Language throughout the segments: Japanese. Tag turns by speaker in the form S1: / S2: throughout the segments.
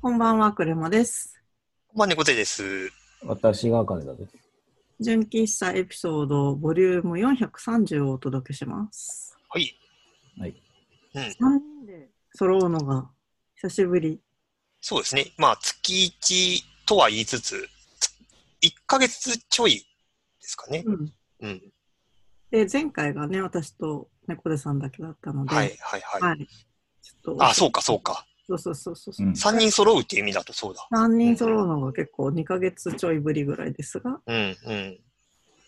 S1: こんばんは、くるもです。
S2: こんばんは、猫背です。
S3: 私が金田です。
S1: 純喫茶エピソードボリューム430をお届けします。
S2: はい。
S3: はい。
S2: うん。
S1: 3人で揃うのが久しぶり。
S2: そうですね。まあ、月1とは言いつつ、1ヶ月ちょいですかね。
S1: うん、
S2: うん。
S1: で、前回がね、私と猫背さんだけだったので、
S2: はい、はい、はい。
S1: はいちょっと、
S2: あ、そうか、そうか。
S1: そうそうそうそう。
S3: うん
S2: 3人揃うっていう意味だとそうだ。
S1: 3人揃うのが結構2ヶ月ちょいぶりぐらいですが、
S2: うん、うん。
S1: え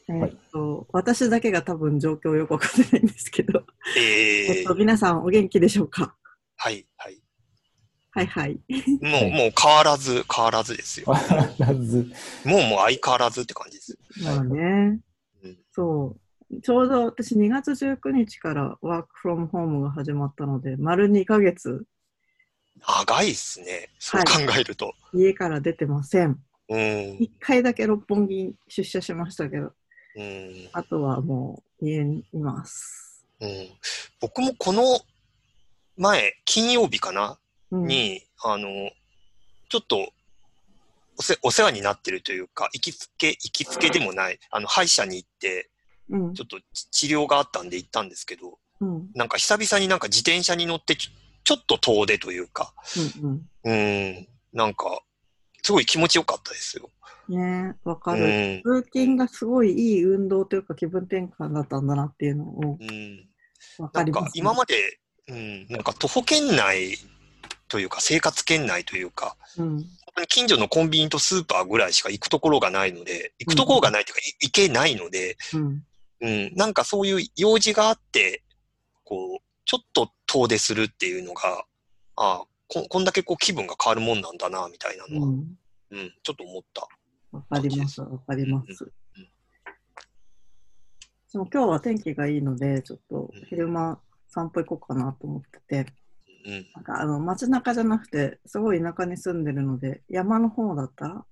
S3: い
S1: ーっと私だけが多分状況よくわかってないんですけど、え
S2: え
S1: っと、
S2: ー、
S1: 皆さんお元気でしょうか
S2: はい、はい。
S1: はいはい。
S2: もう、もう変わらず、変わらずですよ。も
S3: 変わらず、
S2: う、もう相変わらずって感じです。
S1: まあね
S2: うん、
S1: そう。ちょうど私2月19日からワークフロムホームが始まったので、丸2ヶ月
S2: 長いっすね。そう考えると。
S1: 家から出てません。
S2: うん
S1: 1。回だけ六本木に出社しましたけど、
S2: うん。
S1: あとはもう家にいます。
S2: うん。僕もこの前、金曜日かな
S1: うん、
S2: に、あの、ちょっと、おせ、お世話になってるというか、行きつけ、行きつけでもない、あの、歯医者に行っ
S1: う
S2: て、
S1: ん
S2: ちょっとち治療があったんで行ったんですけど、
S1: うんうん
S2: なんか久々になんか自転車に乗ってちょ、ちょっと遠出というか、
S1: うん
S2: うーん、なんか、すごい気持ちよかったですよ。
S1: ねえわ
S2: う
S1: かる。
S2: ん。
S1: 通勤がすごいいい運動というか気分転換だったんだなっていうのを
S2: うん。
S1: わか
S2: なん
S1: ります、
S2: か、今まで、うん、なんか徒歩圏内というか、生活圏内というか、
S1: うん、
S2: 本当に近所のコンビニとスーパーぐらいしか行くところがないので、行くところがないというか、い行けないので、
S1: うん、
S2: うん、なんかそういう用事があって、こう、ちょっと遠出するっていうのが、ああ、ここんだけこう気分が変わるもんなんだな、みたいなの
S1: う
S2: は、うん、
S1: ん。
S2: ちょっと思った。
S1: わかります、わかります
S2: うんうん。
S1: でも今日は天気がいいので、ちょっと昼間散歩行こうかなと思ってて、
S2: うん。
S1: なんかあの街中じゃなくて、すごい田舎に住んでるので、山の方だったら、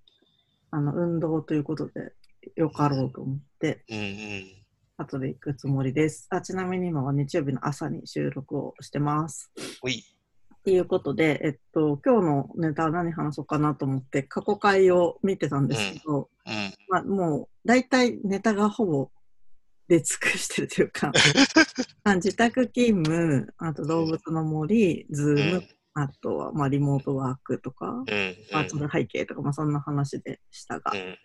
S1: あの運動ということで、よかろうと思って、
S2: うん、うん。
S1: 後で行くつもりです。あちなみに今は日曜日の朝に収録をしてます。
S2: おい。
S1: ということで、えっと、今日のネタは何話そうかなと思って、過去回を見てたんですけど、
S2: うん。
S1: まあ、もう大体ネタがほぼ出尽くしてるという かまあ自宅勤務あと動物の森、ズ
S2: うん。う
S1: ー
S2: ん。
S1: ムあとはまあリモートワークとか、
S2: う
S1: バ
S2: ん。
S1: ーチャル背景とか、まあ、そんな話でしたが、
S2: うん。うん。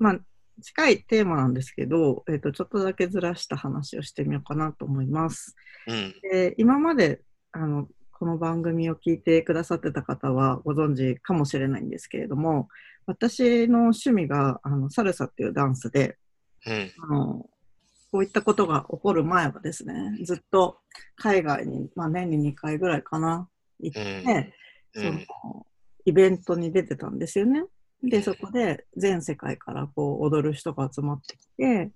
S1: まあ近いテーマなんですけど、えっとちょっとだけずらした話をしてみようかなと思います。
S2: うん。
S1: で今まであのこの番組を聞いてくださってた方はご存知かもしれないんですけれども私の趣味があのサルサっていうダンスで
S2: うん。
S1: あのこういったことが起こる前はですねずっと海外に、まあ、年に2回ぐらいかな行って、
S2: うん。うん。
S1: そのイベントに出てたんですよね。
S2: う
S1: で
S2: ん
S1: そこで全世界からこう踊る人が集まってきて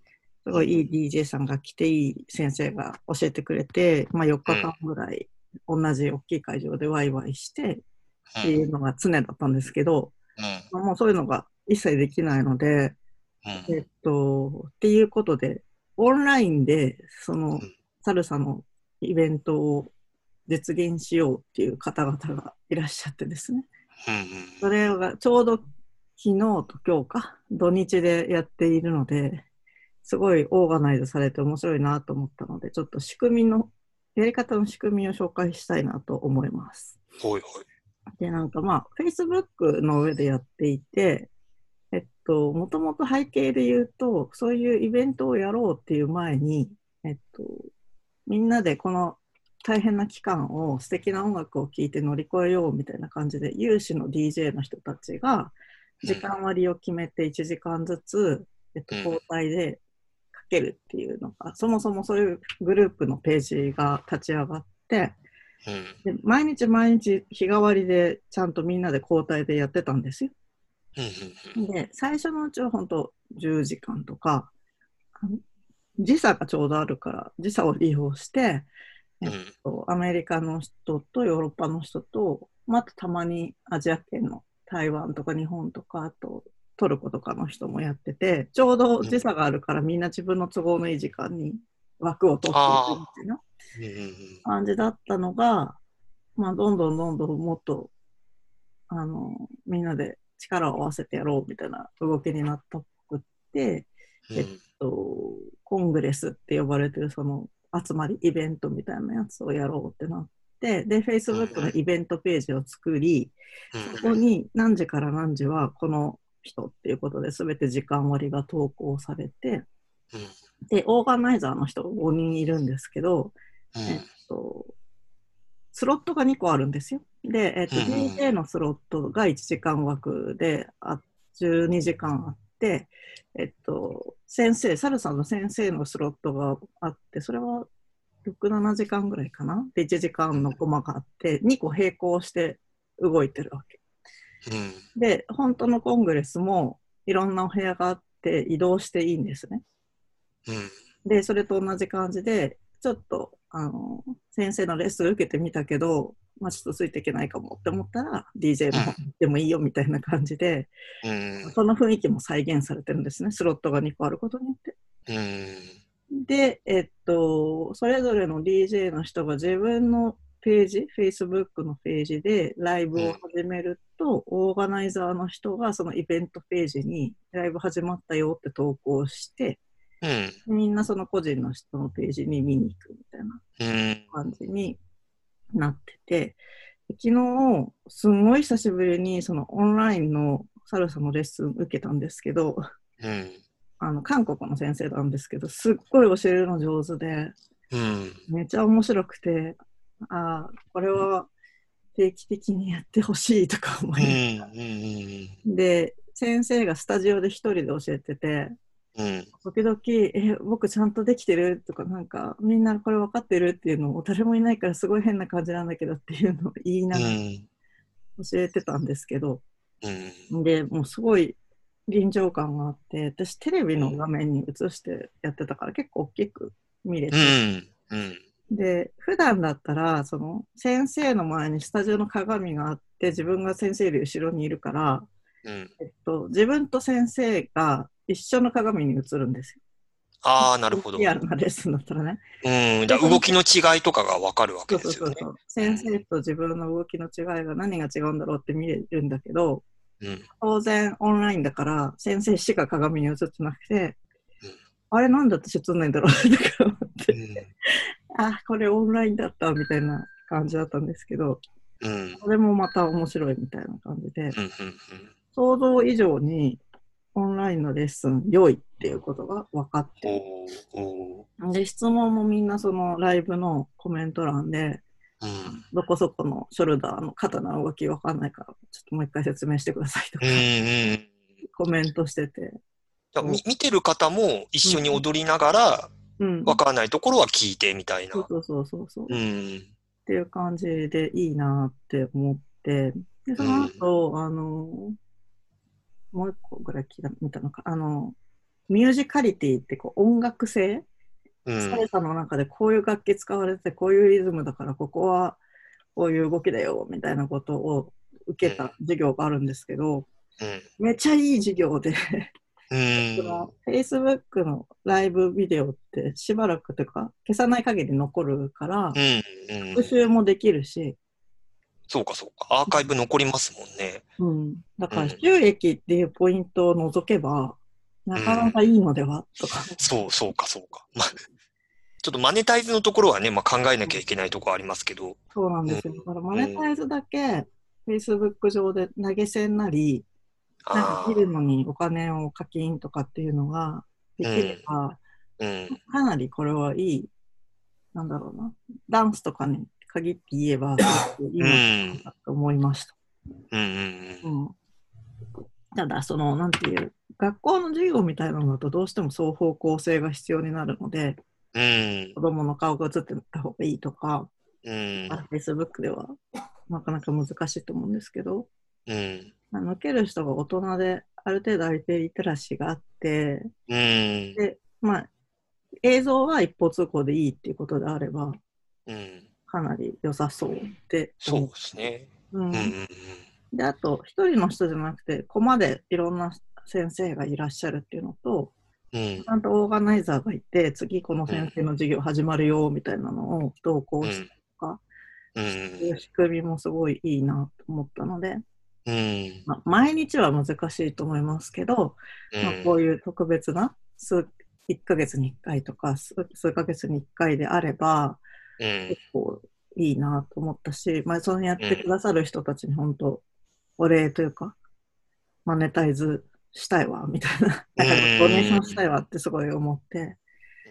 S1: すごいいい DJ さんが来ていい先生が教えてくれて、まあ、4日間ぐらい同じ大きい会場でワイワイしてっていうのが常だったんですけど、まあもうそういうのが一切できないので。
S2: うん。
S1: えっと、っていうことで、オンラインで、その
S2: うん、
S1: サルサのイベントを実現しようっていう方々がいらっしゃってですね。それがちょうど昨日と今日か、土日でやっているので、すごいオーガナイズされて面白いなと思ったので、ちょっと仕組みの、やり方の仕組みを紹介したいなと思います。
S2: ほいほい。
S1: で、なんかまあ、Facebook の上でやっていて、えっと、もともと背景で言うと、そういうイベントをやろうっていう前に、えっと、みんなでこの大変な期間を素敵な音楽を聴いて乗り越えようみたいな感じで、有志の DJ の人たちが、時間割を決めて1時間ずつ、えっと、
S2: うん
S1: 交代でかけるっていうのが、そもそもそういうグループのページが立ち上がって、
S2: うん。
S1: で毎日毎日日替わりでちゃんとみんなで交代でやってたんですよ。
S2: うん。
S1: で最初のうちは本当10時間とかあの時差がちょうどあるから時差を利用して
S2: うん。
S1: アメリカの人とヨーロッパの人と、まあ、あとたまにアジア圏の台湾とか日本とかあとトルコとかの人もやっててちょうど時差があるからみんな自分の都合のいい時間に枠を取っていくみたいな。
S2: うん。
S1: 感じだったのが、まあ、どんどんどんどんもっとあの、みんなで力を合わせてやろうみたいな動きになったっぽくって、
S2: うん。
S1: えっと、コングレスって呼ばれてるその集まり、イベントみたいなやつをやろうってなって、で、Facebook のイベントページを作り、そこ
S2: うん
S1: に何時から何時はこの人っていうことで全て時間割が投稿されて、で、オーガナイザーの人が5人いるんですけど、
S2: うん
S1: えっと、スロットが2個あるんですよ。で、えっと、
S2: うんうんうん
S1: DJ のスロットが1時間枠で、あ12時間あって、えっと、先生、サルさんの先生のスロットがあって、それは6、7時間ぐらいかなで、1時間のコマがあって、2個並行して動いてるわけ。
S2: うん。
S1: で、本当のコングレスもいろんなお部屋があって移動していいんですね。
S2: うん。
S1: で、それと同じ感じで、ちょっと、あの、先生のレッスン受けてみたけど、まあちょっとついていけないかもって思ったら、DJ の方でもいいよみたいな感じで、
S2: うん。
S1: その雰囲気も再現されてるんですね。スロットが2個あることによって。
S2: うん。
S1: で、えっと、それぞれの DJ の人が自分のページ、Facebook のページでライブを始めると、オーガナイザーの人がそのイベントページにライブ始まったよって投稿して、
S2: うん。
S1: みんなその個人の人のページに見に行くみたいな
S2: う
S1: 感
S2: ん。
S1: じになってて、昨日、すんごい久しぶりにそのオンラインのサルサのレッスン受けたんですけど、
S2: うん。
S1: あの、韓国の先生なんですけど、すっごい教えるの上手で、
S2: うん。
S1: めちゃ面白くて、ああ、これは定期的にやってほしいとか思
S2: う
S1: い、
S2: ん。うん。
S1: で、先生がスタジオで一人で教えてて、
S2: うん。
S1: 時々、え、僕ちゃんとできてるとか、なんか、みんなこれ分かってるっていうのを誰もいないからすごい変な感じなんだけどっていうのを言いな
S2: う
S1: がら
S2: ん。
S1: 教えてたんですけど、
S2: うん。
S1: で、もうすごい臨場感があって、私テレビの画面に映してやってたから結構大きく見れて、
S2: うん。うん。
S1: で、普段だったら、その、先生の前にスタジオの鏡があって、自分が先生より後ろにいるから、
S2: うん。
S1: えっと、自分と先生が一緒の鏡に映るんですよ。
S2: ああ、なるほど。
S1: リアルなレッスンだったらね。
S2: うん。だから動きの違いとかがわかるわけ
S1: そう
S2: で
S1: そう
S2: す
S1: そうそ
S2: よね。
S1: う。先生と自分の動きの違いが何が違うんだろうって見れるんだけど、
S2: うん。
S1: 当然オンラインだから、先生しか鏡に映ってなくて
S2: うん、
S1: あれなんで私映んないんだろう とか思って、
S2: う
S1: あ、これオンラインだったみたいな感じだったんですけど、
S2: ん。うん。
S1: それもまた面白いみたいな感じで、
S2: うん。うん。
S1: 想像以上にオンラインのレッスン良いっていうことが分かって
S2: おーお
S1: る。で、質問もみんなそのライブのコメント欄で、
S2: ーうん。
S1: どこそこのショルダーの肩の動き分かんないから、ちょっともう一回説明してくださいとか
S2: う、ん。うん。
S1: コメントしてて、
S2: だからみ見てる方も一緒に踊りながら、
S1: うん。
S2: わからないところは聞いてみたいな
S1: そう。そうそうそうそう。
S2: うん。
S1: っていう感じでいいなって思って、で、その後、あの、もう一個ぐらい聞いた見たのか、あの、ミュージカリティってこう音楽性
S2: う
S1: サ
S2: ん
S1: ル。サの中でこういう楽器使われててこういうリズムだからここはこういう動きだよみたいなことを受けた授業があるんですけど
S2: うん。
S1: めちゃいい授業で
S2: うん。
S1: その Facebook のライブビデオってしばらくというか消さない限り残るから
S2: うん。うん
S1: 復。習もできるし、
S2: そうか、そうか。アーカイブ残りますもんね。
S1: うん、だか
S2: う
S1: ら
S2: ん
S1: 収益っていうポイントを除けばなかなかいいのではとか
S2: そう、そうか、そうか。まあ、ちょっとマネタイズのところはね、まあ、考えなきゃいけないところありますけど。
S1: そうなんですよ
S2: うん
S1: だからマネタイズだけ Facebook 上で投げ銭なり、なんか
S2: ああ
S1: 見。るのにお金を課金とかっていうのができれば、
S2: うん。
S1: かなりこれはいい、なんだろうな、ダンスとかに限って言えば、
S2: う
S1: 今
S2: ん。
S1: だと思いました。
S2: うん。う
S1: う。
S2: ん
S1: ん、ただ、その、なんていう、学校の授業みたいなのだとどうしても双方向性が必要になるので、
S2: うん。
S1: 子供の顔が映ってた方がいいとか、
S2: うん。
S1: Facebook では なかなか難しいと思うんですけど、
S2: うん。
S1: まあ抜ける人が大人で、ある程度相手リテラシーがあって、
S2: うん。
S1: で、まあ、映像は一方通行でいいっていうことであれば、
S2: うん。
S1: かなり良さそうって
S2: そう
S1: 思
S2: ですね。
S1: う。うん
S2: うん。うん。
S1: で、あと、一人の人じゃなくて、コマでいろんな先生がいらっしゃるっていうのと、
S2: うん
S1: ち。ゃんとオーガナイザーがいて、次この先生の授業始まるよ、みたいなのを同
S2: う
S1: 行し
S2: ん。うん。
S1: てる仕組みもすごいいいなと思ったので、
S2: ううん。
S1: まあ、毎日は難しいと思いますけど、
S2: う
S1: まあ
S2: ん、
S1: こういう特別な数1ヶ月に1回とか数数ヶ月に1回であれば
S2: うん
S1: 結。構いいなと思ったし、まあ、そのやってくださる人たちに本当お礼というかマネタイズしたいわみたいなだからドネーションしたいわってすごい思って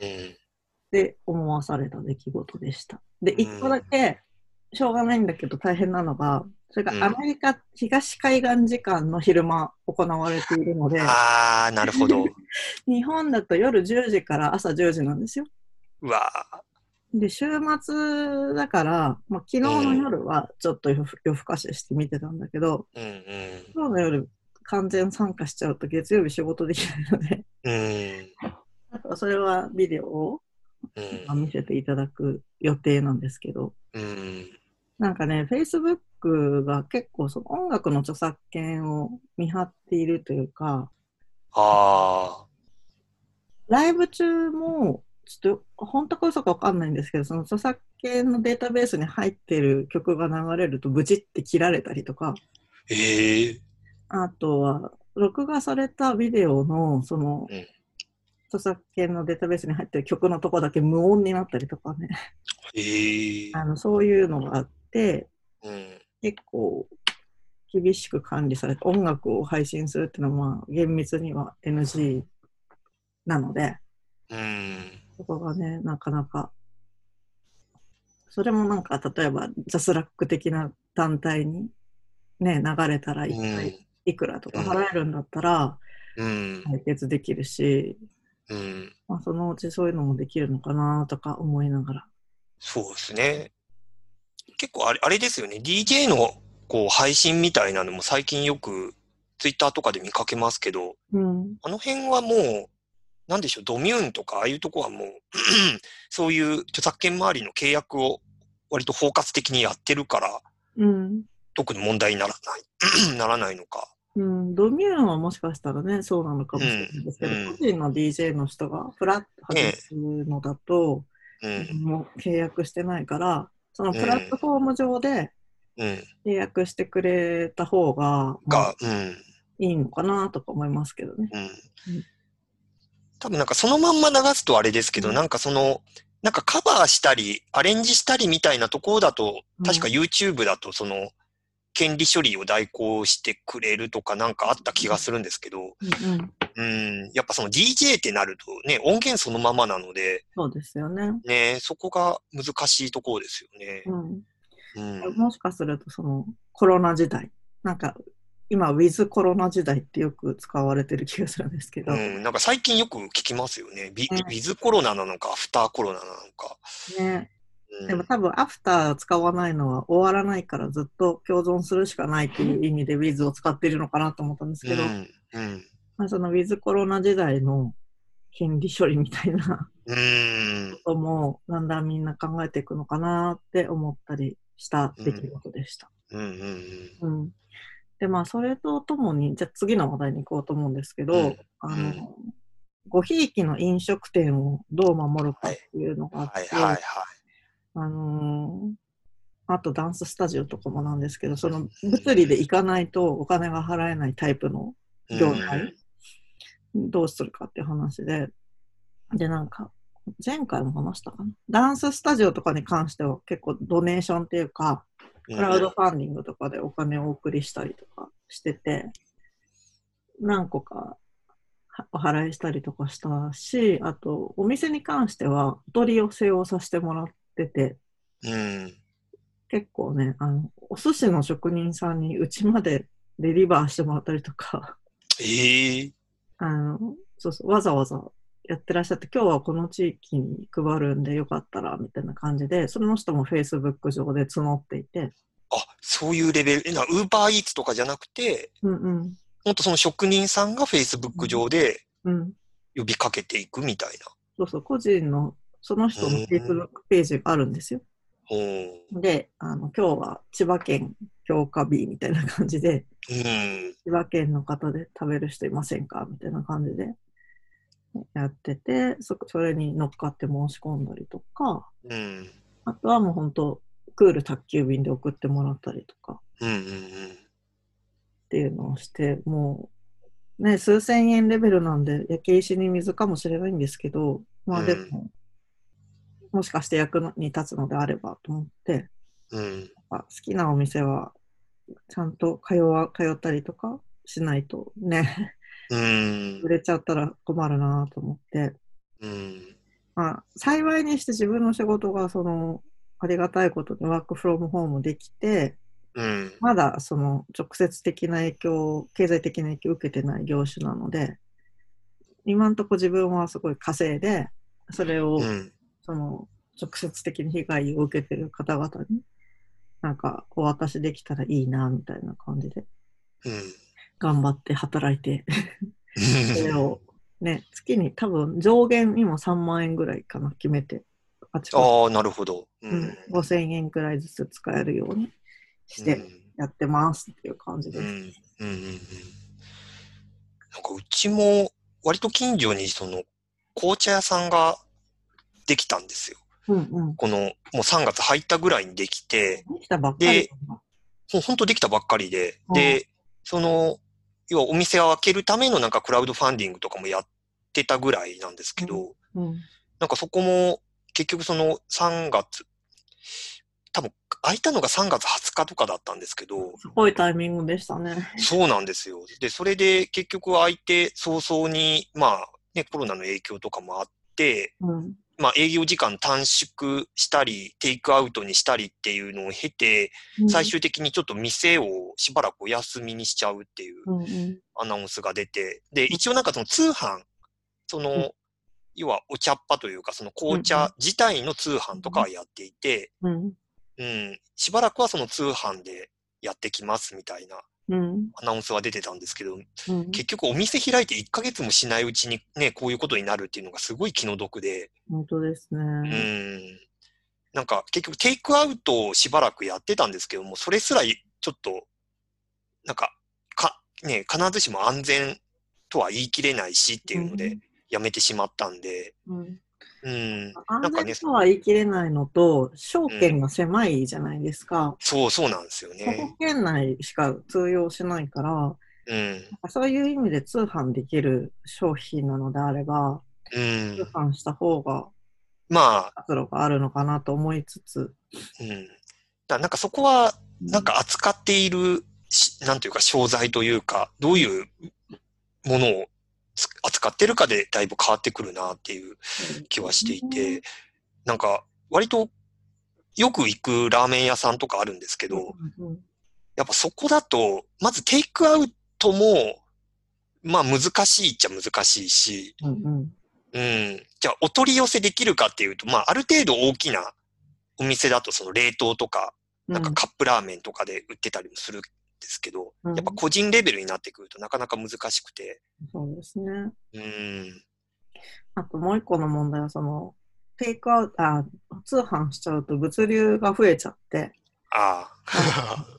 S2: うん。
S1: で思わされた出来事でした。で
S2: うん
S1: 1個だけしょうがないんだけど大変なのがそれがアメリカ東海岸時間の昼間行われているので。
S2: ああ、なるほど。
S1: 日本だと夜10時から朝10時なんですよ。
S2: うわー
S1: で、週末だから、まあ、昨日の夜はちょっと夜ふ夜更かしして見てたんだけど、
S2: うん
S1: 今日の夜完全参加しちゃうと月曜日仕事できないので、
S2: うん。うん。
S1: だからそれはビデオを
S2: う
S1: まあ
S2: ん。
S1: 見せていただく予定なんですけど、
S2: うん。
S1: なんかね、Facebook が結構その音楽の著作権を見張っているというか、
S2: あ
S1: ライブ中も、ちょっと本当か嘘かわかんないんですけど、その著作権のデータベースに入ってる曲が流れると、ブチって切られたりとか、
S2: ー。ええ
S1: あとは、録画されたビデオの、その、
S2: うん
S1: 著作権のデータベースに入ってる曲のとこだけ無音になったりとかね、
S2: ええ
S1: あのそういうのがあって、
S2: うん。
S1: 結構厳しく管理されて、音楽を配信するっていうのは、まあ、厳密には NG なので、
S2: うん。
S1: そこがね、なかなか。それもなんか、例えば、ジャスラック的な団体に、ね、流れたら
S2: う
S1: 一回
S2: ん。
S1: いくらとか払えるんだったら
S2: うん。
S1: 解決できるし、
S2: うん。
S1: まあ、そのうちそういうのもできるのかなとか思いながら。
S2: そうですね。結構あれ、あれですよね。DJ のこう配信みたいなのも最近よくツイッターとかで見かけますけど、
S1: うん。
S2: あの辺はもう、なんでしょう、ドミューンとか、ああいうとこはもう、 そういう著作権周りの契約を割と包括的にやってるから、
S1: うん。
S2: 特に問題にならない、 ならないのか。
S1: うん、ドミューンはもしかしたらね、そうなのかもしれないですけど、
S2: うんうん
S1: 個人の DJ の人がフラッと外すのだと、
S2: うん、
S1: もう契約してないから、そのプラットフォーム上で、
S2: うん、
S1: 契約してくれた方が、まあ
S2: が、うん、
S1: いいのかなとか思いますけどね。
S2: うん。多分なんかそのまんま流すとあれですけど、
S1: うん
S2: なんかその、なんかカバーしたり、アレンジしたりみたいなところだと、確か
S1: う
S2: YouTube だとその、権利処理を代行してくれるとかなんかあった気がするんですけど、
S1: うんうん、
S2: うん、やっぱその DJ ってなるとね、音源そのままなので、
S1: そうですよね、
S2: ね、そこが難しいところですよね。
S1: うん。
S2: うん。
S1: もしかするとそのコロナ時代、なんか今、ウィズコロナ時代ってよく使われてる気がするんですけど、
S2: う
S1: ね
S2: ん、なんか最近よく聞きますよね。ビ
S1: うん
S2: ウィズコロナなのか、アフターコロナなのか。うん
S1: でも多分、アフター使わないのは終わらないからずっと共存するしかないっていう意味でウィズを使ってるのかなと思ったんですけど、
S2: うん、うん。
S1: まあ、そのウィズコロナ時代の権利処理みたいな
S2: うん。
S1: こともだんだんみんな考えていくのかなって思ったりした出来事でした。
S2: うん。うん。うん
S1: うんでまあそれとともにじゃあ次の話題に行こうと思うんですけど、
S2: うん
S1: あ
S2: う
S1: のごひいきの飲食店をどう守るかっていうのがあ
S2: は
S1: っ
S2: い
S1: て、
S2: はいはい。
S1: あのーあとダンススタジオとかもなんですけどその物理で行かないとお金が払えないタイプの業態、どうするかっていう話で、で、なんか、前回も話したかな。ダンススタジオとかに関しては結構ドネーションっていうか、
S2: うん
S1: クラウドファンディングとかでお金をお送りしたりとかしてて、何個かはお払いしたりとかしたし、あと、お店に関してはお取り寄せをさせてもらってて、
S2: うん。
S1: 結構ね、あの、お寿司の職人さんにうちまでデリバーしてもらったりとか、
S2: ええ。
S1: あの、そうそう、わざわざやってらっしゃって、今日はこの地域に配るんでよかったら、みたいな感じで、その人も Facebook 上で募っていて、
S2: あ、そういうレベル。えな、ウーバーイーツとかじゃなくて、
S1: うんうん、
S2: ほんとその職人さんが Facebook 上で
S1: うん、
S2: 呼びかけていくみたいな。
S1: そうそう、個人の、その人の Facebook ページがあるんですよ。
S2: うん。
S1: で、あの、今日は千葉県強化日みたいな感じで、
S2: うん。
S1: 千葉県の方で食べる人いませんかみたいな感じでやってて、そ、それに乗っかって申し込んだりとか、
S2: うん。
S1: あとはもう本当クール宅急便で送ってもらったりとか。
S2: うんうんうん。
S1: っていうのをして、もう、ね、数千円レベルなんで、焼け石に水かもしれないんですけど、まあでも、もしかして役に立つのであればと思って、
S2: うん。
S1: やっぱ好きなお店は、ちゃんと通わ通ったりとかしないとね、
S2: うん
S1: 売。れちゃったら困るなと思って、
S2: うん。
S1: まあ、幸いにして自分の仕事が、その、ありがたいことにワークフロームホームできて、
S2: うん。
S1: まだその直接的な影響を、経済的な影響を受けてない業種なので、今んとこ自分はすごい稼いで、それを
S2: うん。
S1: その直接的に被害を受けてる方々に、なんかお渡しできたらいいな、みたいな感じで、
S2: うん。
S1: 頑張って働いて、それをね、月に多分上限にも3万円ぐらいかな、決めて、あちこ
S2: ああ、なるほど。う
S1: ち、うん、5000円くらいずつ使えるようにしてやってますっていう感じ
S2: う
S1: で
S2: ん。う
S1: す。
S2: ん。うん。うんなんかうちも割と近所にその紅茶屋さんができたんですよ。
S1: うんうん
S2: このもう3月入ったぐらいにできて、
S1: できたばっかり
S2: でほほんとできたばっかりで、
S1: うん
S2: で、その、要はお店を開けるためのなんかクラウドファンディングとかもやってたぐらいなんですけど、
S1: だ。うん
S2: なんかそこも結局その3月、多分開いたのが3月20日とかだったんですけど、
S1: すごいタイミングでしたね。
S2: そうなんですよ。で、それで結局開いて早々に、まあね、コロナの影響とかもあって、
S1: うん。
S2: まあ営業時間短縮したり、テイクアウトにしたりっていうのを経て、最終的にちょっと店をしばらくお休みにしちゃうっていう
S1: うんうん
S2: アナウンスが出て、で、一応なんかその通販、その、要はお茶っ葉というか、その紅茶自体の通販とかはやっていて、
S1: うん
S2: うん、しばらくはその通販でやってきますみたいな
S1: うん
S2: アナウンスは出てたんですけど、
S1: うん
S2: 結局お店開いて1ヶ月もしないうちにね、こういうことになるっていうのがすごい気の毒で、
S1: 本当です
S2: う
S1: ね。
S2: ん。なんか結局テイクアウトをしばらくやってたんですけども、それすらいちょっと、なんか、か、ね、必ずしも安全とは言い切れないしっていうので、やめてしまったんで、
S1: うん
S2: うん。なん
S1: 安
S2: かね
S1: 全とは言い切れないのと、証券が狭いじゃないですか。
S2: そう、そうなんですよ
S1: そこ
S2: ね。
S1: 圏内しか通用しないから、
S2: うん。
S1: そういう意味で通販できる商品なのであれば、通
S2: う ん。
S1: 販した方が
S2: まあ、
S1: 活路があるのかなと思いつつ、
S2: うん。だなんかそこは、なんか扱っているし、なんというか、商材というか、どういうものをつ扱ってるかでだいぶ変わってくるなっていう気はしていて、なんか、割とよく行くラーメン屋さんとかあるんですけど、
S1: うんうん
S2: やっぱそこだと、まずテイクアウトも、まあ難しいっちゃ難しいし、
S1: うん
S2: うん。じゃあお取り寄せできるかっていうと、まあある程度大きなお店だとその冷凍とか、
S1: うん
S2: なんかカップラーメンとかで売ってたりもするんですけど、
S1: うん
S2: やっぱ個人レベルになってくるとなかなか難しくて、
S1: そうですね。
S2: うん。
S1: あともう一個の問題は、その、テイクアウト、あ、通販しちゃうと物流が増えちゃって、
S2: ああ。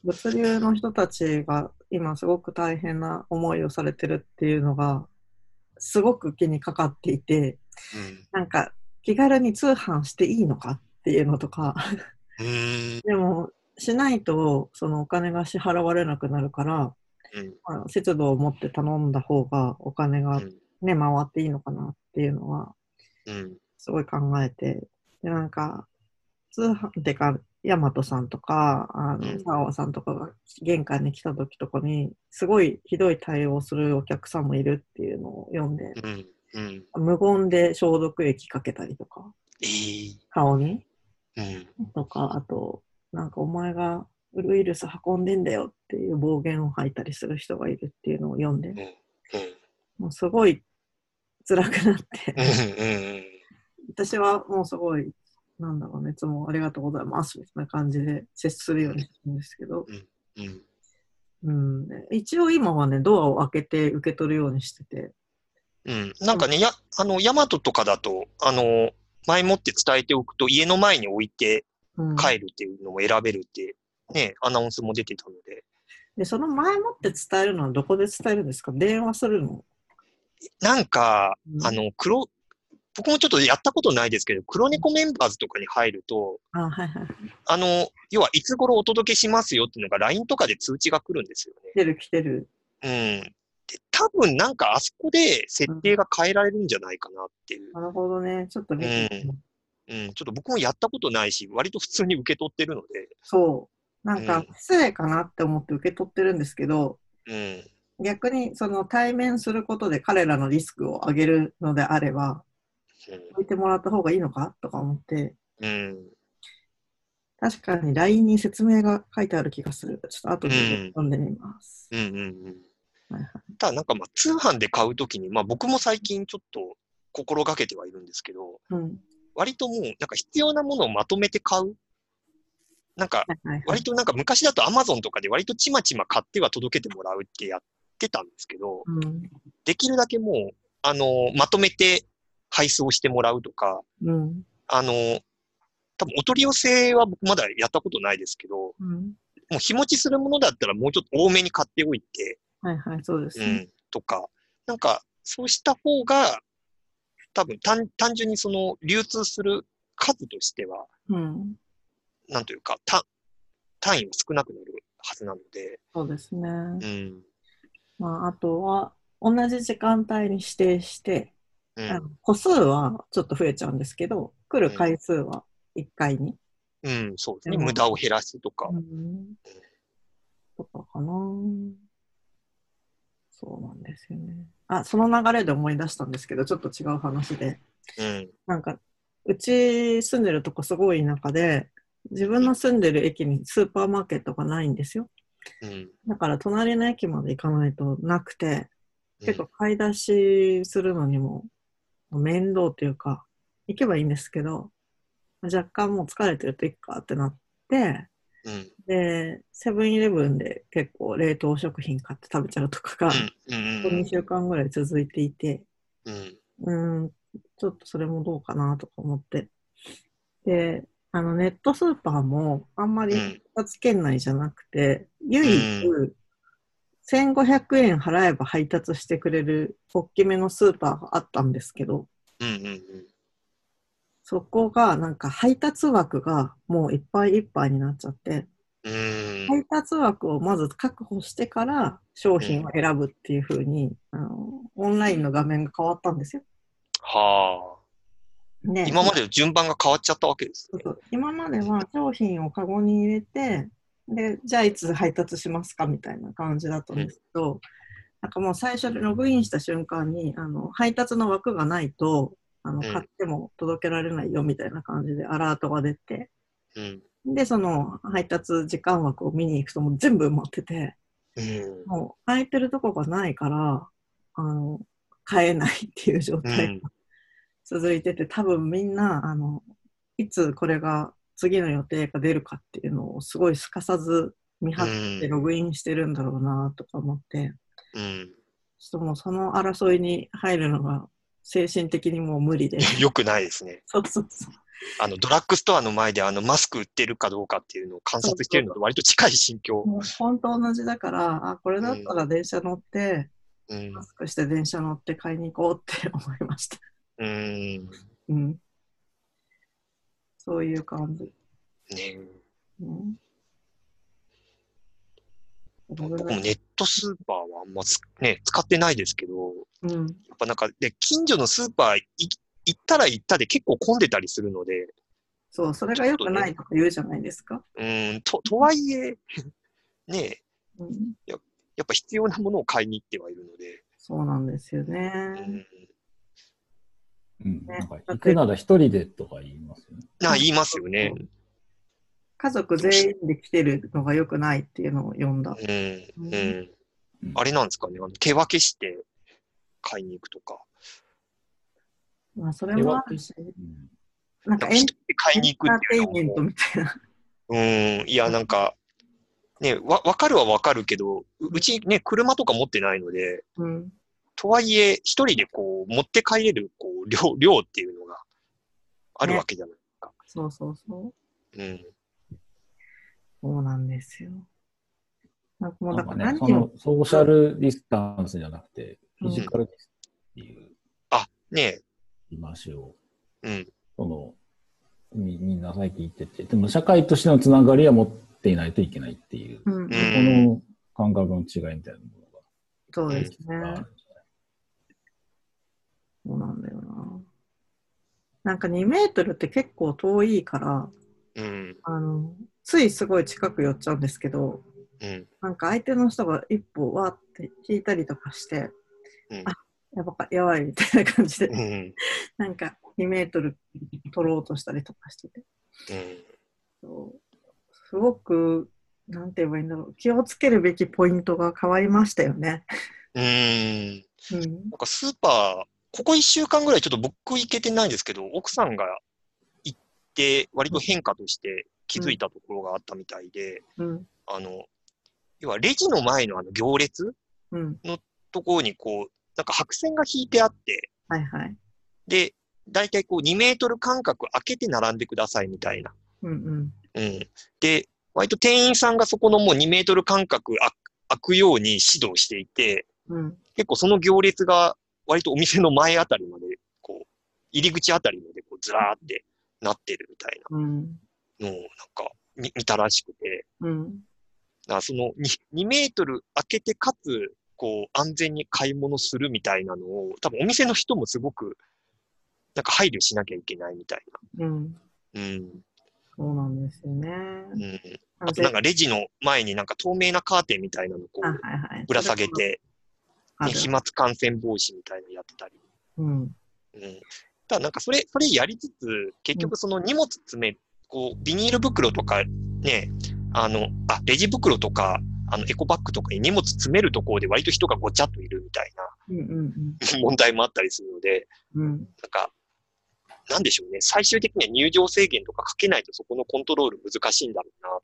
S1: 物流の人たちが今すごく大変な思いをされてるっていうのが、すごく気にかかっていて、
S2: うん。
S1: なんか気軽に通販していいのかっていうのとか、
S2: うん。
S1: でもしないとそのお金が支払われなくなるから、
S2: うん
S1: まあ、節度を持って頼んだ方がお金が
S2: うん
S1: ね、回っていいのかなっていうのは
S2: うん。
S1: すごい考えて、で、なんか、通販、てか、ヤマトさんとか、あ
S2: う
S1: の、
S2: ん
S1: サワさんとかが玄関に来た時とかに、すごいひどい対応するお客さんもいるっていうのを読んで、
S2: うん。うん。
S1: 無言で消毒液かけたりとか、
S2: ええ
S1: 顔に
S2: うん。
S1: とか、あと、なんかお前がウイルス運んでんだよっていう暴言を吐いたりする人がいるっていうのを読んで、もうすごい辛くなって、
S2: うん。
S1: 私はもうすごい、なんだろうね、いつもありがとうございますみたいな感じで接するようにしてるんですけど、
S2: うん。うん。
S1: うん、一応今はね、ドアを開けて受け取るようにしてて、
S2: うん。なんかね、や、あの、ヤマトとかだと、あの、前もって伝えておくと、家の前に置いて
S1: うん
S2: 帰るっていうのも選べるって、ね、アナウンスも出てたので、
S1: で、その前もって伝えるのはどこで伝えるんですか電話するの
S2: なんか
S1: う、ん
S2: あの、黒、僕もちょっとやったことないですけど、黒猫メンバーズとかに入ると、
S1: あ、はいはい。
S2: あの、要はいつ頃お届けしますよっていうのが LINE とかで通知が来るんですよ
S1: 来てる来てる。
S2: ね。うん。で、多分なんかあそこで設定が変えられるんじゃないかなっていう。
S1: なるほどね。ちょっと見てみよう
S2: うん、ちょっと僕もやったことないし、割と普通に受け取ってるの
S1: そう。なんか
S2: うん
S1: 失礼かなって思って受け取ってるんですけど、
S2: で、
S1: 逆にその対面することで彼らのリスクを上げるのであれば、置いてもらった方がいいのかとか思って、
S2: うん、うん、
S1: 確かに LINE に説明が書いてある気がする。ちょっと後で読んでみます。
S2: うん、うん。うん
S1: はいはい
S2: ただなんかまあ通販で買うときに、まあ僕も最近ちょっと心がけてはいるんですけど、
S1: うん。
S2: 割ともうなんか必要なものをまとめて買う。なんか
S1: はいはいはい。
S2: 割となんか昔だと Amazon とかで割とちまちま買っては届けてもらうってやってたんですけど、
S1: うん。
S2: できるだけもう、あの、まとめて配送してもらうとか、
S1: うん。
S2: あの、多分お取り寄せは僕まだやったことないですけど、も
S1: うん。
S2: う日持ちするものだったらもうちょっと多めに買っておいて、
S1: はいはい、そうです
S2: う
S1: ね。
S2: ん、とか、なんかそうした方が、多分単単純にその流通する数としては、
S1: うん。
S2: なんというか、単単位は少なくなるはずなので、
S1: そうですね。
S2: うん、
S1: まあ、あとは、同じ時間帯に指定して、
S2: う
S1: あ
S2: ん、
S1: の個数はちょっと増えちゃうんですけど、来る回数は1回に。
S2: うん、そうですね。
S1: うん
S2: 無駄を減らすとか。
S1: うんとかかな。そうなんですよね。あ、その流れで思い出したんですけど、ちょっと違う話で。
S2: うん、
S1: なんか、うち住んでるとこすごい田舎で、自分の住んでる駅にスーパーマーケットがないんですよ。
S2: うん、
S1: だから隣の駅まで行かないとなくて、結
S2: う
S1: 構
S2: ん
S1: 買い出しするのにも面倒というか、行けばいいんですけど、若干もう疲れてるといっかってなって、
S2: うん、うん、
S1: で、セブンイレブンで結構冷凍食品買って食べちゃうとかが、
S2: うん、
S1: ここ2週間ぐらい続いていて、
S2: うん、
S1: うーん、ちょっとそれもどうかなとか思って。で、あの、ネットスーパーもあんまり
S2: うん
S1: 二つ圏内じゃなくて、唯一、1500円払えば配達してくれる大きめのスーパーがあったんですけど、
S2: うん、うん、
S1: そこがなんか配達枠がもういっぱいいっぱいになっちゃって、
S2: うん、
S1: 配達枠をまず確保してから商品を選ぶっていう風に、あのオンラインの画面が変わったんですよ。
S2: は
S1: ね
S2: あ。今までの順番が変わっちゃったわけです
S1: そう
S2: ね
S1: そ。う今までは商品をカゴに入れて、で、じゃあいつ配達しますかみたいな感じだったんですけど、なんかもう最初でログインした瞬間に、あの配達の枠がないと、あの
S2: うん
S1: 買っても届けられないよみたいな感じでアラートが出て、
S2: うん、
S1: で、その配達時間枠を見に行くともう全部埋まってて、
S2: うん、
S1: もう空いてるとこがないから、あの、買えないっていう状
S2: う
S1: 態
S2: ん
S1: が続いてて、多分みんな、あの、いつこれが次の予定が出るかっていうのをすごいすかさず見張って
S2: うん
S1: ログインしてるんだろうなとか思って、
S2: うん。
S1: ちょっともうその争いに入るのが精神的にもう無理 で。
S2: よくないですね。
S1: そうそうそう。
S2: あの、ドラッグストアの前であの、マスク売ってるかどうかっていうのを観察してるのと割と近い心境。
S1: もう本当同じだから、あ、これだったら電車乗って、
S2: うん
S1: マ、スクして電車乗って買いに行こうって思いました。
S2: うん、
S1: うん。そういう感じ。
S2: ね。
S1: うん。
S2: 僕もネットスーパーはあんまつね、使ってないですけど、
S1: うん。
S2: やっぱなんか、で、近所のスーパーい行ったら行ったで結構混んでたりするので、
S1: そう、それが良くないとか言うじゃないですか。
S2: うーん、と、とはいえ、 ねえ、
S1: うん。
S2: やっぱ必要なものを買いに行ってはいるので、
S1: そうなんですよ
S2: う
S1: ね。
S2: ん。
S3: うん。なんか、行くなら一人でとか言いますよね。
S2: な、言いますよね。
S1: 家族全員で来てるのが良くないっていうのを読んだ。
S2: うん、
S1: うん
S2: うん
S3: うん。
S2: あれなんですかね、あの手分けして買いに行くとか。
S1: まあ、それもあるし、
S3: うん
S1: なんか
S2: なんか
S1: エ
S2: 一
S1: ン
S2: 人で買い
S1: エ
S2: に
S1: ン
S2: 行く
S1: ター
S2: って
S1: テ
S2: い
S1: イ
S2: う
S1: ンメン
S2: の
S1: ト
S2: も。
S1: みたいな。
S2: うん、いや、なんか、ね、わ、わかるはわかるけど、ううちね、車とか持ってないので、
S1: うん。
S2: とはいえ、一人でこう、持って帰れる、こう、量、量っていうのがあるわけじゃない。
S1: そうそうそう。
S2: うん。
S1: そうなんですよ。なんかもう
S3: な
S1: だ
S3: ん
S1: か
S3: からね、そ
S1: 何を
S3: の、ソーシャルディスタンスじゃなくて、フィジカルディスタンスっていう。
S2: あ、ねえ
S3: 話を、
S2: うん。
S3: そのみ、みんな最近言ってて、でも社会としてのつながりは持っていないといけないっていう、
S1: うんうん
S2: う
S3: こ
S2: ん。
S3: の感覚の違いみたいなものが
S1: そうです
S3: あるんじゃな
S1: ね
S3: い。
S1: そうなんだよな。なんか2メートルって結構遠いから、
S2: うん。
S1: あの、ついすごい近く寄っちゃうんですけど、
S2: うん。
S1: なんか相手の人が一歩わーって引いたりとかして、
S2: うん
S1: あやばか、やばいみたいな感じで、
S2: うん。
S1: なんか2メートル取ろうとしたりとかしてて、
S2: うん。
S1: そうすごく、なんて言えばいいんだろう、気をつけるべきポイントが変わりましたよね。
S2: うん。
S1: うん、
S2: なんかスーパー、ここ1週間ぐらいちょっと僕行けてないんですけど、奥さんが行って、割と変化として気づいたところがあったみたいで、
S1: うん、
S2: あの、要はレジの前のあの行列
S1: うん、
S2: ところにこう、なんか白線が引いてあって、
S1: はいはい。
S2: で、大体こう2メートル間隔空けて並んでくださいみたいな。
S1: うんうん。
S2: うん。で、割と店員さんがそこのもう2メートル間隔あ空くように指導していて、
S1: うん、
S2: 結構その行列が割とお店の前あたりまで、こう、入り口あたりまでこうずらーってなってるみたい
S1: うん、
S2: なのをなんか見見たらしくて、
S1: うん、
S2: だからその 2, 2メートル開けてかつ、こう安全に買い物するみたいなのを、多分お店の人もすごく、なんか配慮しなきゃいけないみたい
S1: うん。
S2: な。うん。
S1: そうなんですよね。
S2: うん。
S1: あ
S2: あとなんかレジの前になんか透明なカーテンみたいなのこ
S1: あは
S2: う、
S1: いはい、
S2: ぶら下げて、
S1: あ
S2: ね
S1: る。
S2: 飛沫感染防止みたいなのやってたり。
S1: うん、
S2: うん。ただなんかそれ、それやりつつ、結局その荷物詰め、こう、ビニール袋とか、ね、あの、あ、レジ袋とか、あの、エコバッグとかに荷物詰めるところで割と人がごちゃっといるみたい
S1: うん、うん、
S2: な 問題もあったりするので、
S1: うん。うん
S2: なんか、なんでしょうね。最終的には入場制限とかかけないとそこのコントロール難しいんだろうなと。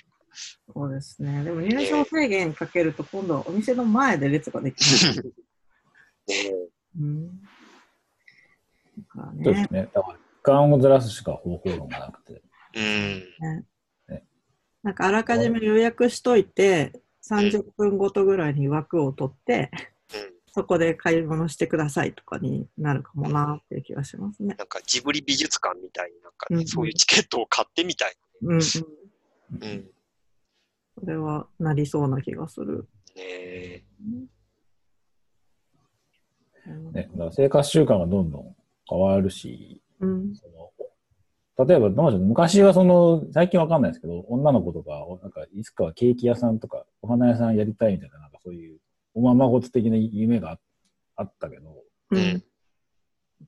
S1: そうですね。でも入場制限かけると、今度はお店の前で列ができる。
S2: ね
S1: うん。だから
S3: そうで
S1: ね
S3: す。ね。だから、時間をずらすしか方法論がなくて。
S2: うん。
S1: なんかあらかじめ予約しといて、30分ごとぐらいに枠を取って、
S2: うん。
S1: そこで買い物してくださいとかになるかもなっていう気がしますね。
S2: なんかジブリ美術館みたいになんか、
S1: うんうん
S2: そういうチケットを買ってみたい。
S1: うん、うん。そ
S2: うん。ね
S1: れはなりそうな気がする。
S2: え。
S1: うん
S3: ね、だから生活習慣がどんどん変わるし、
S1: うん。
S3: その例えば、どうでしょう昔はその、最近わかんないですけど、女の子とか、おなんかいつかはケーキ屋さんとか、お花屋さんやりたいみたいな、なんかそういう、おままごと的な夢がああったけど、
S1: う
S2: うんん。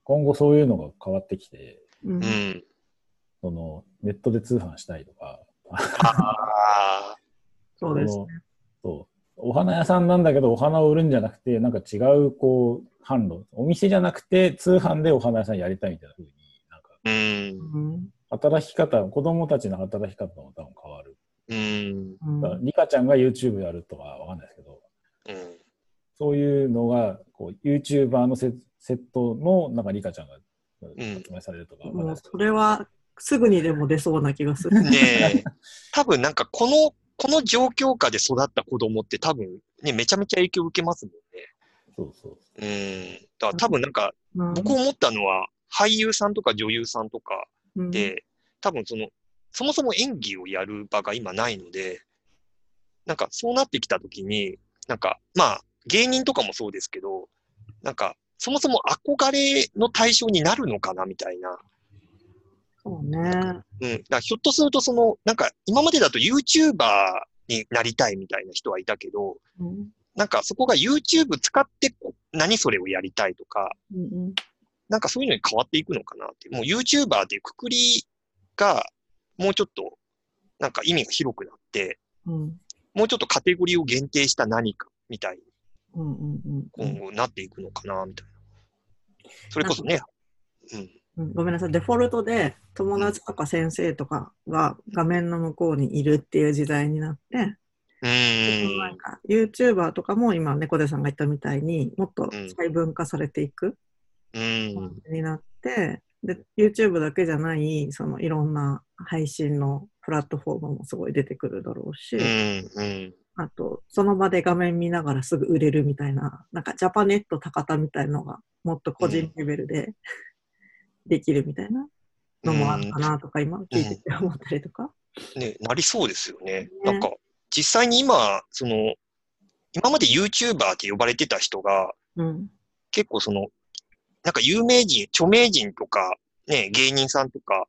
S3: 今後そういうのが変わってきて、
S1: うん
S2: う。ん。
S3: その、ネットで通販したいとか、
S2: ああ。
S1: そうです
S3: そ
S1: ね
S3: の。そう。お花屋さんなんだけど、お花を売るんじゃなくて、なんか違う、こう、販路。お店じゃなくて、通販でお花屋さんやりたいみたいな風に、なんか、
S2: うん。
S1: うん。
S3: 働き方、子供たちの働き方も多分変わる。
S2: うん。
S1: うん
S3: だからリカちゃんが YouTube やるとかわかんないですけど、
S2: うん。
S3: そういうのが、こう、YouTuber のセセットの、なんかリカちゃんが発売されるとかわかんな
S1: も
S3: いうですけ
S1: そ
S3: ど
S1: れはすぐにでも出そうな気がする。
S2: ねえ。多分なんかこの、この状況下で育った子供って多分ね、めちゃめちゃ影響受けますもん
S3: そうそう。
S2: ね。うん。だから多分なんか、
S1: うん
S2: 僕思ったのは、俳優さんとか女優さんとか
S1: うん
S2: で、多分その、そもそも演技をやる場が今ないので、なんかそうなってきたときに、なんか、まあ、芸人とかもそうですけど、なんか、そもそも憧れの対象になるのかなみたいな。
S1: そうね。
S2: うん。だからひょっとすると、その、なんか、今までだと YouTuber になりたいみたいな人はいたけど、
S1: うん
S2: なんかそこが YouTube 使ってこ何それをやりたいとか、
S1: うん
S2: なんかそういうのに変わっていくのかなって。もう YouTuber っていうくくりが、もうちょっと、なんか意味が広くなって、
S1: うん
S2: もうちょっとカテゴリーを限定した何かみたいに
S1: うんうんうんうん
S2: 今後なっていくのかな、みたいな。それこそね、うん。
S1: うんごめんなさい、デフォルトで友達とか先生とかが画面の向こうにいるっていう時代になって、
S2: う
S1: なん
S2: ん。
S1: か YouTuber とかも今、猫背さんが言ったみたいにもっと
S2: うん
S1: 細分化されていく
S2: うん。
S1: になって、で YouTube だけじゃないそのいろんな配信のプラットフォームもすごい出てくるだろうし、
S2: うん。うん。
S1: あと、その場で画面見ながらすぐ売れるみたいな、なんかジャパネット高田みたいのが、もっと個人レベルでできるみたいなのもあるかなとか、今聞いてて思ったりとか。
S2: ね、なりそうですよね。なんか、実際に今、その、今まで YouTuber って呼ばれてた人が、
S1: うん。
S2: 結構その、なんか有名人、著名人とか、ね、芸人さんとか、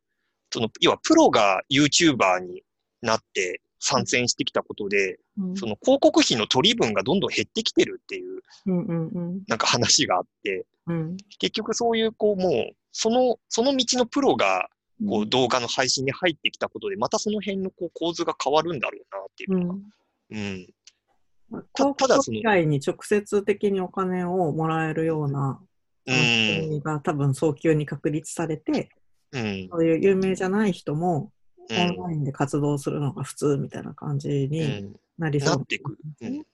S2: その、要はプロが YouTuber になって参戦してきたことで、
S1: うん
S2: その広告費の取り分がどんどん減ってきてるっていう、
S1: うんうんうん
S2: なんか話があって、
S1: うん。
S2: 結局そういう、こう、もう、その、その道のプロが、こう、動画の配信に入ってきたことで、またその辺のこう構図が変わるんだろうなっていううのが。
S1: ん。
S2: うん。
S1: 広
S2: ただ
S1: 告
S2: その
S1: 以外に直接的にお金をもらえるような仕
S2: うん。
S1: 組みが多分早急に確立されて、
S2: うん。
S1: そういう有名じゃない人も
S2: う
S1: オン
S2: ん
S1: ラインで活動するのが普通みたいな感じ
S2: う
S1: に
S2: ん。
S1: なりそう
S2: なっていく。うん。広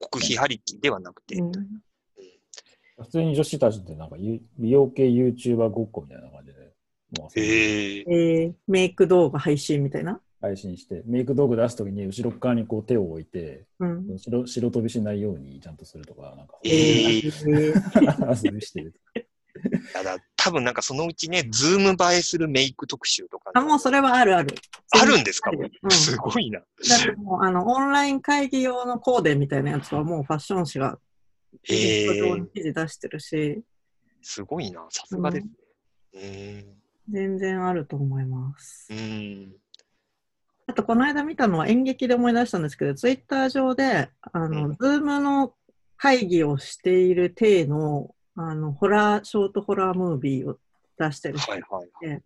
S2: 告費張りきではなくて。
S1: うん
S3: 普通に女子たちってなんかゆ美容系 YouTuber ごっこみたいな感じで、もう
S2: へえ。
S1: えーメイク動画配信みたいな。
S3: 配信して、メイク道具出すときに後ろっ側にこう手を置いて、
S1: うん
S3: 白白飛びしないようにちゃんとするとか、なんか、
S2: えー
S1: ー
S3: 遊びしてる。
S2: ただ、多分なんかそのうちね、ズーム映えするメイク特集とかね、
S1: あもうそれはあるある。
S2: あるんですか
S1: あるようん
S2: すごいな。
S1: だってもうあのオンライン会議用のコーデみたいなやつはもうファッション誌がネ
S2: え
S1: ット上に
S2: ー、
S1: 記事出してるし、
S2: すごいな。さすがですね。
S1: 全然あると思います
S2: うー。ん。
S1: あと、この間見たのは演劇で思い出したんですけど、ツイッター上で、あ
S2: う
S1: の、
S2: ん
S1: ズームの会議をしている体の、あの、ホラー、ショートホラームービーを出して
S2: うーん
S1: る人
S2: はいはいはい。う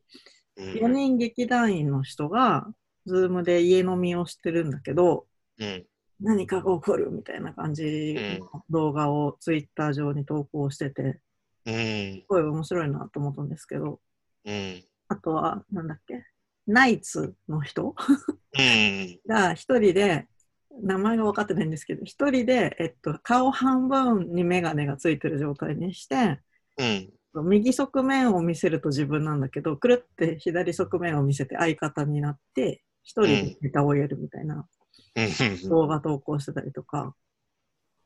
S1: 4
S2: ん。
S1: 人劇団員の人が、ズームで家飲みをしてるんだけど、
S2: うん。
S1: 何かが起こるみたいな感じの動画をツイッター上に投稿してて、す
S2: うん。
S1: ごい面白いなと思ったんですけど、
S2: うん。
S1: あとは、なんだっけ、ナイツの人
S2: うん。
S1: が一人で、名前が分かってないんですけど、一人で、えっと、顔半分にメガネがついてる状態にして、
S2: うん。
S1: 右側面を見せると自分なんだけど、くるって左側面を見せて相方になって、一人でネタをやるみたいな
S2: うん。
S1: 動画投稿してたりとか、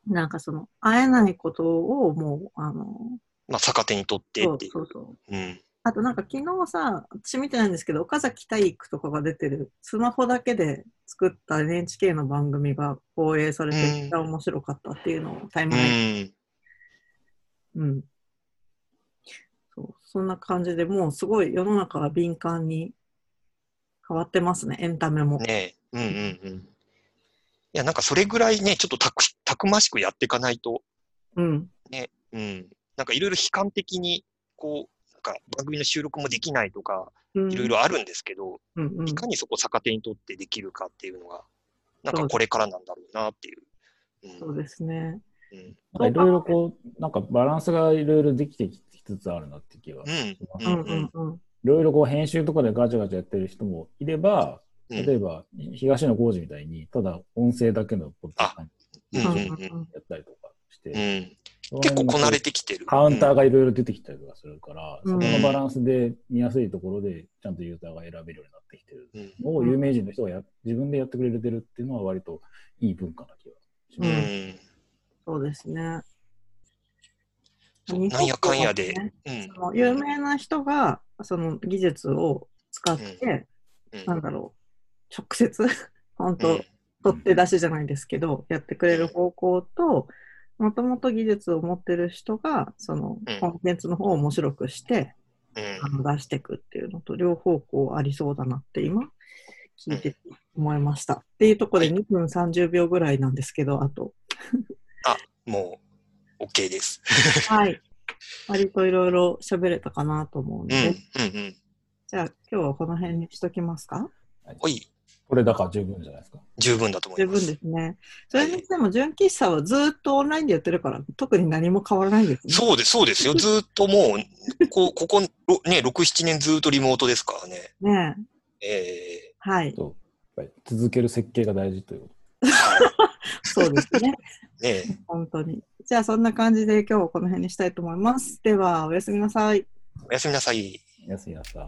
S1: なんかその、会えないことをもう、あの、
S2: まあ、逆手にとって
S1: そう
S2: ってい。
S1: そううそう。
S2: うん。
S1: あとなんか昨日さ、私見てないんですけど、岡崎体育とかが出てる、スマホだけで作った NHK の番組が放映されて、
S2: うん
S1: めっちゃ面白かったっていうのをタイム
S2: う
S1: ライン
S2: ん。
S1: うん。そう、そんな感じでもうすごい世の中が敏感に変わってますね、エンタメも。
S2: ねえ。うんうんうん。いや、なんかそれぐらいね、ちょっとたくたくましくやっていかないと、
S1: うん。
S2: うん。なんかいろいろ悲観的に、こう、なんか番組の収録もできないとか、
S1: うん
S2: いろいろあるんですけど、
S1: うんうん
S2: いかにそこを逆手にとってできるかっていうのが、なんかこれからなんだろうなっていう。う
S1: そうんですね。
S2: うん
S3: なんかいろいろこう、なんかバランスがいろいろできてきつつあるなって気が。
S2: う
S3: い
S2: んう
S1: うんん
S2: う
S1: うん
S2: ん
S1: うん。
S3: ろいろこう編集とかでガチャガチャやってる人もいれ
S2: う
S3: ば、
S2: ん
S3: 例えば東野幸治みたいに、ただ音声だけのポッドキャスト
S2: うん
S1: うん
S2: うん
S1: うんうん
S3: やったりとかして、
S2: うん結構こなれてきてる。
S3: カウンター
S2: が。
S3: がいろいろ出てきたりとかするから、
S1: うん
S3: そこのバランスで見やすいところで、ちゃんとユーザーが選べるようになってきてる
S2: うん
S3: のを有名人の人がや自分でやってくれてるっていうのは割といい文化な気がし
S2: う
S3: ます。
S2: ん。
S1: そうですね。
S2: そうなんやかんやで
S1: 日本はね。
S2: うん
S1: その有名な人がその技術を使って、
S2: うん
S1: なんだろう、直接、 本当、
S2: うん
S1: 取って出しじゃないですけど、やってくれる方向と、もともと技術を持ってる人が、その
S2: うん
S1: コンテンツの方を面白くして、
S2: うん
S1: あの出していくっていうのと、両方向ありそうだなって今、聞いてて思いました。っていうところで2分30秒ぐらいなんですけど、あと。
S2: もう、OK です。
S1: はい。割といろいろ喋れたかなと思うの
S2: うん
S1: で、
S2: うんうん。
S1: じゃあ今日はこの辺にしときますか
S2: ほい、
S3: これだから十分じゃないですか。
S2: 十分だと思い
S1: 十
S2: ます。
S1: 分ですね。それにしても、純喫茶はずーっとオンラインでやってるから、特に何も変わらないですね。
S2: そうです、そうですよ。ずーっともう、こここ、ろね、6、7年ずーっとリモートですからね。
S1: ねえ。
S2: え
S1: はい。
S3: そうやっぱり続ける設計が大事というこ
S1: そうですね。
S2: えね
S1: 本当に。じゃあそんな感じで今日はこの辺にしたいと思います。では、おやすみなさい。
S2: えおやすみなさい。
S3: と。安いなさ。